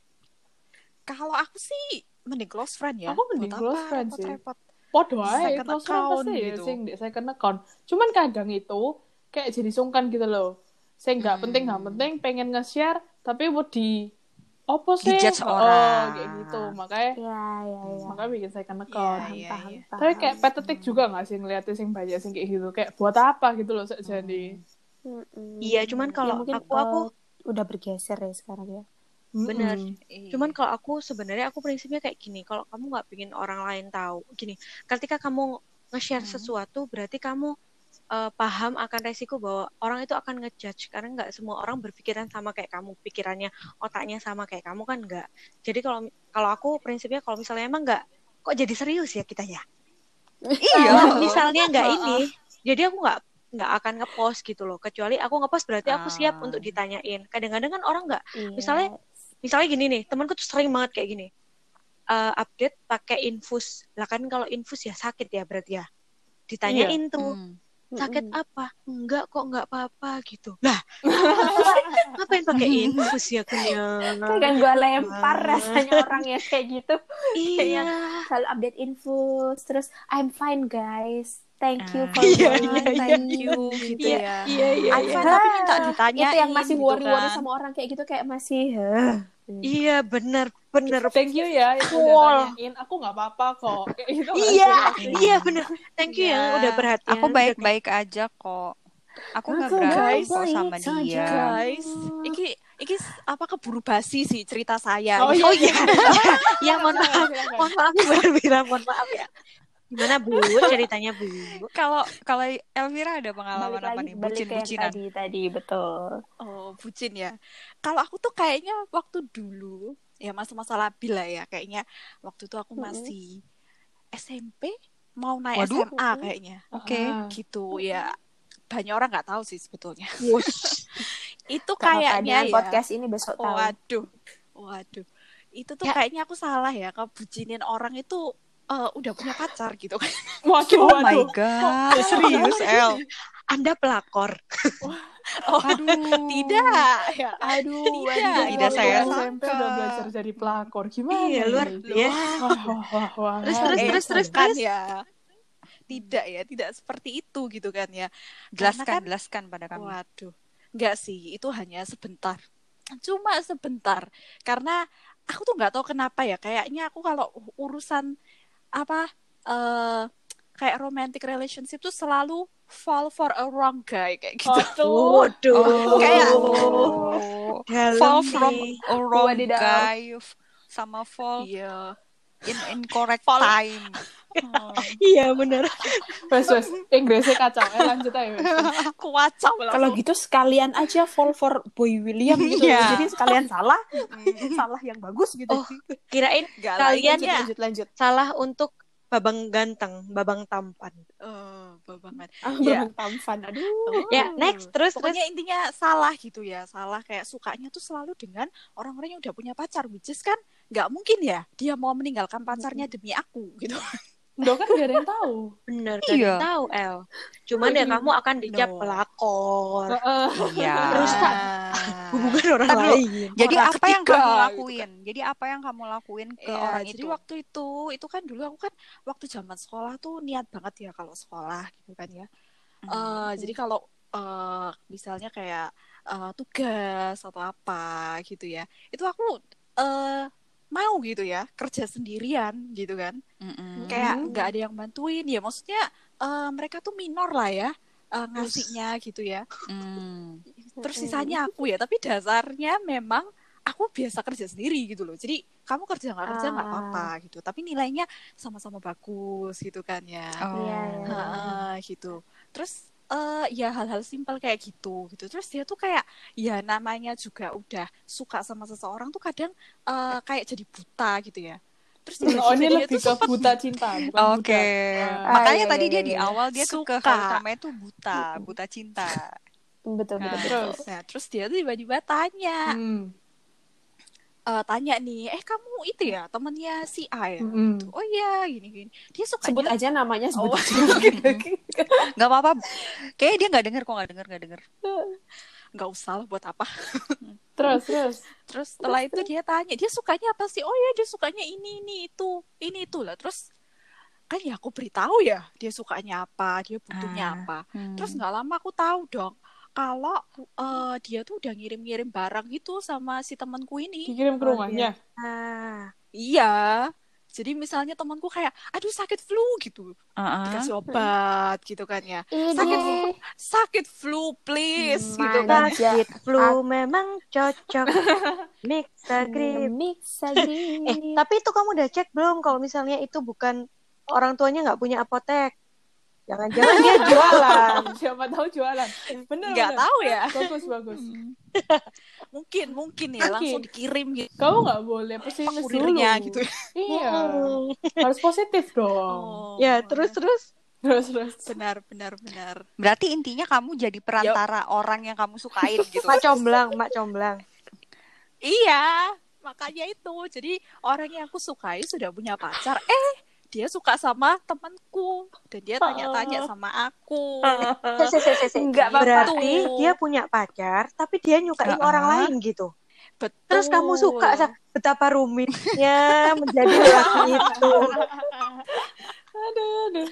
Speaker 6: Kalau aku sih mending close friend ya.
Speaker 2: Aku mending
Speaker 6: Buat
Speaker 2: close
Speaker 6: apa
Speaker 2: friend sih.
Speaker 6: repot-repot?
Speaker 2: Podo aja,
Speaker 6: Second
Speaker 2: close friend
Speaker 6: account
Speaker 2: pasti ya,
Speaker 6: gitu.
Speaker 2: sing di second account. Cuman kadang itu kayak jadi sungkan gitu loh. Sing nggak
Speaker 3: Hmm.
Speaker 2: penting nggak penting, pengen nge-share tapi mau di opo sih?
Speaker 3: Dijudge
Speaker 2: Oh,
Speaker 3: orang.
Speaker 2: kayak gitu. Makanya
Speaker 5: Ya, ya, ya.
Speaker 2: makanya bikin second
Speaker 6: Iya,
Speaker 2: account.
Speaker 6: iya,
Speaker 5: Paham,
Speaker 6: iya.
Speaker 5: paham.
Speaker 2: Iya, Tapi kayak patetik juga nggak sih ngeliatnya sing banyak sing kayak gitu. Kayak buat apa gitu loh sejadi. jadi.
Speaker 5: Mm-mm.
Speaker 1: Iya, cuman
Speaker 5: Ya,
Speaker 1: kalau
Speaker 5: mungkin,
Speaker 1: aku- aku-
Speaker 5: eh, udah bergeser ya sekarang ya.
Speaker 1: Bener.
Speaker 2: Mm-mm.
Speaker 3: Iya.
Speaker 1: Cuman kalau aku sebenarnya aku prinsipnya kayak gini, kalau kamu nggak pingin orang lain tahu, gini, ketika kamu nge-share
Speaker 3: Hmm.
Speaker 1: sesuatu berarti kamu eh, paham akan resiko bahwa orang itu akan ngejudge karena nggak semua orang berpikiran sama kayak kamu, pikirannya, otaknya sama kayak kamu kan nggak. Jadi kalau kalau aku prinsipnya kalau misalnya emang nggak, kok jadi serius ya kita ya?
Speaker 3: Iya.
Speaker 1: Kalau misalnya nggak ini, jadi aku nggak nggak akan ngepost gitu loh. Kecuali aku ngepost berarti aku siap
Speaker 3: Ah.
Speaker 1: untuk ditanyain. Kadang-kadang kan orang nggak
Speaker 5: Iya.
Speaker 1: Misalnya- misalnya gini nih temanku tuh sering banget kayak gini Eh update pakai infus lah kan kalau infus ya sakit ya berarti ya ditanyain tuh
Speaker 3: Hmm.
Speaker 5: mm,
Speaker 1: sakit
Speaker 5: Iya. Mm-mm.
Speaker 1: apa enggak kok enggak apa-apa gitu lah apa sih? ngapain pakai infus ya kenyang
Speaker 5: kan gue lempar
Speaker 1: Banget.
Speaker 5: rasanya orang yang kayak gitu
Speaker 1: iya
Speaker 5: selalu update info terus I'm fine guys thank you for
Speaker 1: Iya,
Speaker 5: your
Speaker 1: iya,
Speaker 5: time."
Speaker 6: Thank you gitu
Speaker 1: Iya,
Speaker 6: ya.
Speaker 1: iya iya
Speaker 3: I'm
Speaker 1: iya.
Speaker 3: fine, tapi minta ditanya
Speaker 6: iya.
Speaker 5: itu yang
Speaker 6: Gitu
Speaker 5: masih worry-worry
Speaker 6: kan.
Speaker 5: sama orang kayak gitu kayak masih "Hah."
Speaker 1: iya benar benar
Speaker 2: Thank you ya yang
Speaker 1: Cool.
Speaker 2: udah nanyain. Aku nggak apa-apa kok. Kayak gitu nggak
Speaker 1: iya
Speaker 2: sih?
Speaker 1: iya benar thank you
Speaker 6: Iya.
Speaker 1: ya udah perhatian
Speaker 3: Aku baik-baik aja kok. Aku nggak
Speaker 5: Aku
Speaker 3: berantem
Speaker 6: guys,
Speaker 3: kok sama
Speaker 5: baik saja.
Speaker 3: dia.
Speaker 6: Guys, iki iki apa keburu basi sih cerita saya.
Speaker 2: Oh,
Speaker 6: Ini-
Speaker 2: iya.
Speaker 1: oh iya ya mohon
Speaker 2: Silakan,
Speaker 1: maaf
Speaker 2: silakan.
Speaker 1: mohon maaf Bu Elvira mohon maaf ya gimana bu ceritanya bu
Speaker 3: Kalau kalau Elvira ada pengalaman
Speaker 5: balik
Speaker 3: apa
Speaker 5: lagi
Speaker 3: nih?
Speaker 5: balik ke yang
Speaker 3: Bucin-bucinan.
Speaker 5: tadi tadi betul
Speaker 6: Oh, bucin ya. Kalau aku tuh kayaknya waktu dulu ya masa-masa labil lah ya kayaknya waktu itu aku masih SMP mau naik
Speaker 3: Waduh.
Speaker 6: SMA kayaknya.
Speaker 3: Oke.
Speaker 2: Ah.
Speaker 6: Gitu ya. Banyak orang nggak tahu sih sebetulnya.
Speaker 1: Wush.
Speaker 6: Itu
Speaker 5: Gak apa-apa,
Speaker 6: kayaknya
Speaker 5: dengan
Speaker 6: ya.
Speaker 5: podcast ini besok tahu
Speaker 6: Waduh. Waduh. Itu tuh
Speaker 1: Ya.
Speaker 6: kayaknya aku salah ya kebucinin orang itu eh, udah punya pacar gitu kan.
Speaker 2: Waduh,
Speaker 3: Oh my
Speaker 2: waduh.
Speaker 3: god, serius El?
Speaker 1: Anda pelakor.
Speaker 6: Oh,
Speaker 3: Aduh.
Speaker 6: tidak ya.
Speaker 5: aduh
Speaker 6: Tidak,
Speaker 5: waduh.
Speaker 3: tidak saya
Speaker 2: Dari SMP
Speaker 3: sangka.
Speaker 2: udah belajar jadi pelakor gimana
Speaker 1: Iya, luar
Speaker 2: ini?
Speaker 1: biasa.
Speaker 2: Wah, wah, wah, wah. Eh,
Speaker 1: Terus, terus,
Speaker 2: Wah,
Speaker 1: terus,
Speaker 2: ini
Speaker 1: terus,
Speaker 6: kan ya. Tidak ya, tidak seperti itu gitu kan ya. Karena
Speaker 3: Jelaskan,
Speaker 6: kan
Speaker 3: jelaskan pada kami.
Speaker 6: Waduh, nggak sih, itu hanya sebentar. Cuma sebentar, karena aku tuh nggak tahu kenapa ya. Kayaknya aku kalau urusan apa eh kayak romantic relationship tuh selalu fall for a wrong guy kayak gitu.
Speaker 2: Oh, tuh.
Speaker 1: Waduh.
Speaker 6: Kayak-
Speaker 3: Oh.
Speaker 1: Dalam
Speaker 3: fall
Speaker 1: sih.
Speaker 3: from a wrong
Speaker 5: Wadidaw.
Speaker 3: guy f- sama
Speaker 1: Oh.
Speaker 3: fall
Speaker 6: Iya.
Speaker 3: in incorrect
Speaker 6: Fall.
Speaker 3: time. Hmm.
Speaker 1: Iya benar.
Speaker 2: Wes wes, Inggrisnya kacau. Eh lanjut aja. Wes.
Speaker 6: Aku wacau lah.
Speaker 5: Kalau gitu sekalian aja fall for Boy William gitu.
Speaker 3: Iya.
Speaker 5: Jadi sekalian salah, salah yang bagus gitu.
Speaker 1: Oh, Kirain
Speaker 6: Nggak lah,
Speaker 1: kalian
Speaker 6: lanjut, lanjut.
Speaker 5: lanjut lanjut.
Speaker 1: salah untuk babang ganteng, babang tampan.
Speaker 6: Eh, babang banget.
Speaker 5: Ah,
Speaker 6: Iya.
Speaker 5: memang tampan. Aduh.
Speaker 1: Ya, next terus
Speaker 6: Pokoknya
Speaker 1: terus.
Speaker 6: intinya salah gitu ya, salah kayak sukanya tuh selalu dengan orang-orang yang udah punya pacar, which is kan nggak mungkin ya dia mau meninggalkan pacarnya demi aku gitu.
Speaker 2: Udah kan gak ada yang tahu.
Speaker 1: Bener
Speaker 3: Iya.
Speaker 1: kan tahu El. Cuman ya kamu akan dicap
Speaker 6: No.
Speaker 1: pelakor.
Speaker 2: Heeh.
Speaker 3: Iya.
Speaker 6: kan,
Speaker 1: Rusak hubungan orang
Speaker 3: Ntar dulu.
Speaker 1: lain.
Speaker 3: Jadi
Speaker 6: Orang
Speaker 3: apa yang
Speaker 6: Ah, ketiga,
Speaker 3: kamu
Speaker 6: gitu
Speaker 3: lakuin? Jadi apa yang kamu lakuin ke
Speaker 6: Iya,
Speaker 3: orang
Speaker 6: jadi
Speaker 3: itu?
Speaker 6: waktu itu itu kan dulu aku kan waktu zaman sekolah tuh niat banget ya kalau sekolah gitu kan ya.
Speaker 3: Hmm.
Speaker 6: Eh, jadi kalau eh, misalnya kayak eh, tugas atau apa gitu ya. Itu aku eh mau gitu ya, kerja sendirian gitu kan.
Speaker 3: Mm-mm.
Speaker 6: kayak nggak ada yang bantuin ya maksudnya eh, mereka tuh minor lah ya eh, ngasihnya gitu ya
Speaker 3: Mm.
Speaker 6: terus sisanya aku ya tapi dasarnya memang aku biasa kerja sendiri gitu loh jadi kamu kerja nggak kerja nggak
Speaker 5: Ah.
Speaker 6: apa-apa gitu tapi nilainya sama-sama bagus gitu kan ya
Speaker 5: Iya,
Speaker 3: Oh.
Speaker 5: iya.
Speaker 6: Heeh, gitu terus eh, ya hal-hal simpel kayak gitu gitu terus dia tuh kayak ya namanya juga udah suka sama seseorang tuh kadang eh, kayak jadi buta gitu ya terus
Speaker 2: Oh, ini
Speaker 6: tiba-tiba dia
Speaker 2: lebih
Speaker 6: tuh
Speaker 2: ke buta cinta. bukan buta.
Speaker 3: Oke,
Speaker 2: Ah,
Speaker 3: makanya
Speaker 5: iya,
Speaker 3: tadi
Speaker 5: iya,
Speaker 3: dia
Speaker 5: iya,
Speaker 3: di
Speaker 5: iya.
Speaker 3: awal dia tuh ke
Speaker 6: Suka.
Speaker 3: hal utamanya tuh buta, buta cinta.
Speaker 5: Betul betul.
Speaker 3: Nah.
Speaker 5: betul.
Speaker 2: Terus.
Speaker 6: Nah, terus dia tuh tiba-tiba tanya,
Speaker 2: Hmm.
Speaker 6: eh, tanya nih, eh kamu itu ya temennya si A ya?
Speaker 2: Hmm.
Speaker 6: Oh iya, gini-gini. Dia suka
Speaker 5: Sebut aja namanya sebut.
Speaker 6: Oh.
Speaker 5: aja.
Speaker 3: Gak apa-apa, kayaknya dia nggak denger kok nggak denger nggak denger.
Speaker 6: nggak usah lah buat apa.
Speaker 2: Terus terus.
Speaker 6: Terus setelah itu dia tanya, dia sukanya apa sih? Oh iya, dia sukanya ini, ini, itu, ini, itu lah. Terus kan ya aku beritahu ya, dia sukanya apa, dia butuhnya
Speaker 3: Ah.
Speaker 6: apa.
Speaker 5: Hmm.
Speaker 6: Terus nggak lama aku tahu dong, kalau eh, dia tuh udah ngirim-ngirim barang gitu sama si temanku ini.
Speaker 2: Dikirim ke
Speaker 1: Oh,
Speaker 2: rumahnya.
Speaker 1: Ah,
Speaker 6: Iya. Jadi misalnya temanku kayak, aduh sakit flu gitu, dikasih obat gitu kan ya, sakit sakit flu please
Speaker 1: Hmm,
Speaker 6: gitu kan.
Speaker 5: Sakit.
Speaker 1: Iya. flu memang cocok. Mix agree.
Speaker 5: Mix
Speaker 1: Eh, tapi itu kamu udah cek belum kalau misalnya itu bukan orang tuanya nggak punya apotek? Jangan-jangan dia jualan.
Speaker 2: Siapa tahu jualan. Bener.
Speaker 6: Nggak
Speaker 2: bener.
Speaker 6: tahu ya.
Speaker 2: Bagus bagus.
Speaker 6: Mungkin mungkin ya
Speaker 2: Mungkin.
Speaker 6: langsung dikirim gitu
Speaker 2: Kamu nggak boleh pesimis dulu.
Speaker 6: kurirnya gitu.
Speaker 2: Iya. Harus positif dong.
Speaker 6: Oh,
Speaker 1: Ya, terus-terus.
Speaker 2: Terus terus.
Speaker 6: benar benar benar.
Speaker 3: Berarti intinya kamu jadi perantara orang yang kamu sukain gitu.
Speaker 1: Mak comblang, mak comblang.
Speaker 6: Iya, makanya itu. Jadi orang yang aku sukai sudah punya pacar. Eh, dia suka sama temanku dan dia tanya-tanya sama aku.
Speaker 1: Se- se- se- se- se.
Speaker 6: Nggak apa-apa.
Speaker 1: Berarti
Speaker 6: Tuh.
Speaker 1: dia punya pacar, tapi dia nyukain
Speaker 3: Uh-uh.
Speaker 1: orang lain gitu.
Speaker 6: Betul.
Speaker 1: Terus kamu suka sa- betapa rumitnya menjadi laki itu.
Speaker 2: Aduh aduh.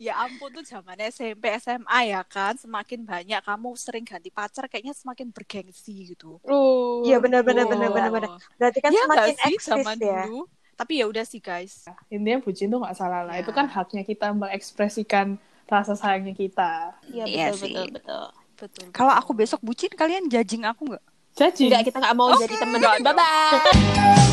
Speaker 6: Ya ampun tuh zaman SMP SMA ya kan semakin banyak kamu sering ganti pacar kayaknya semakin bergengsi gitu.
Speaker 2: Oh.
Speaker 1: Iya, benar, benar,
Speaker 2: Oh.
Speaker 1: benar, benar, benar. Berarti kan
Speaker 6: Ya
Speaker 1: semakin
Speaker 6: nggak sih
Speaker 1: eksis
Speaker 6: zaman
Speaker 1: ya.
Speaker 6: dulu. Tapi ya udah sih guys.
Speaker 2: Intinya bucin tuh nggak salah lah.
Speaker 6: Ya.
Speaker 2: Itu kan haknya kita mengekspresikan rasa sayangnya kita.
Speaker 5: Iya
Speaker 3: Iya
Speaker 5: betul
Speaker 3: sih.
Speaker 5: betul betul.
Speaker 6: Betul.
Speaker 3: Kalau aku besok bucin kalian judging aku nggak?
Speaker 2: Jadi
Speaker 3: Oh.
Speaker 5: Enggak kita nggak mau jadi temen. Bye bye.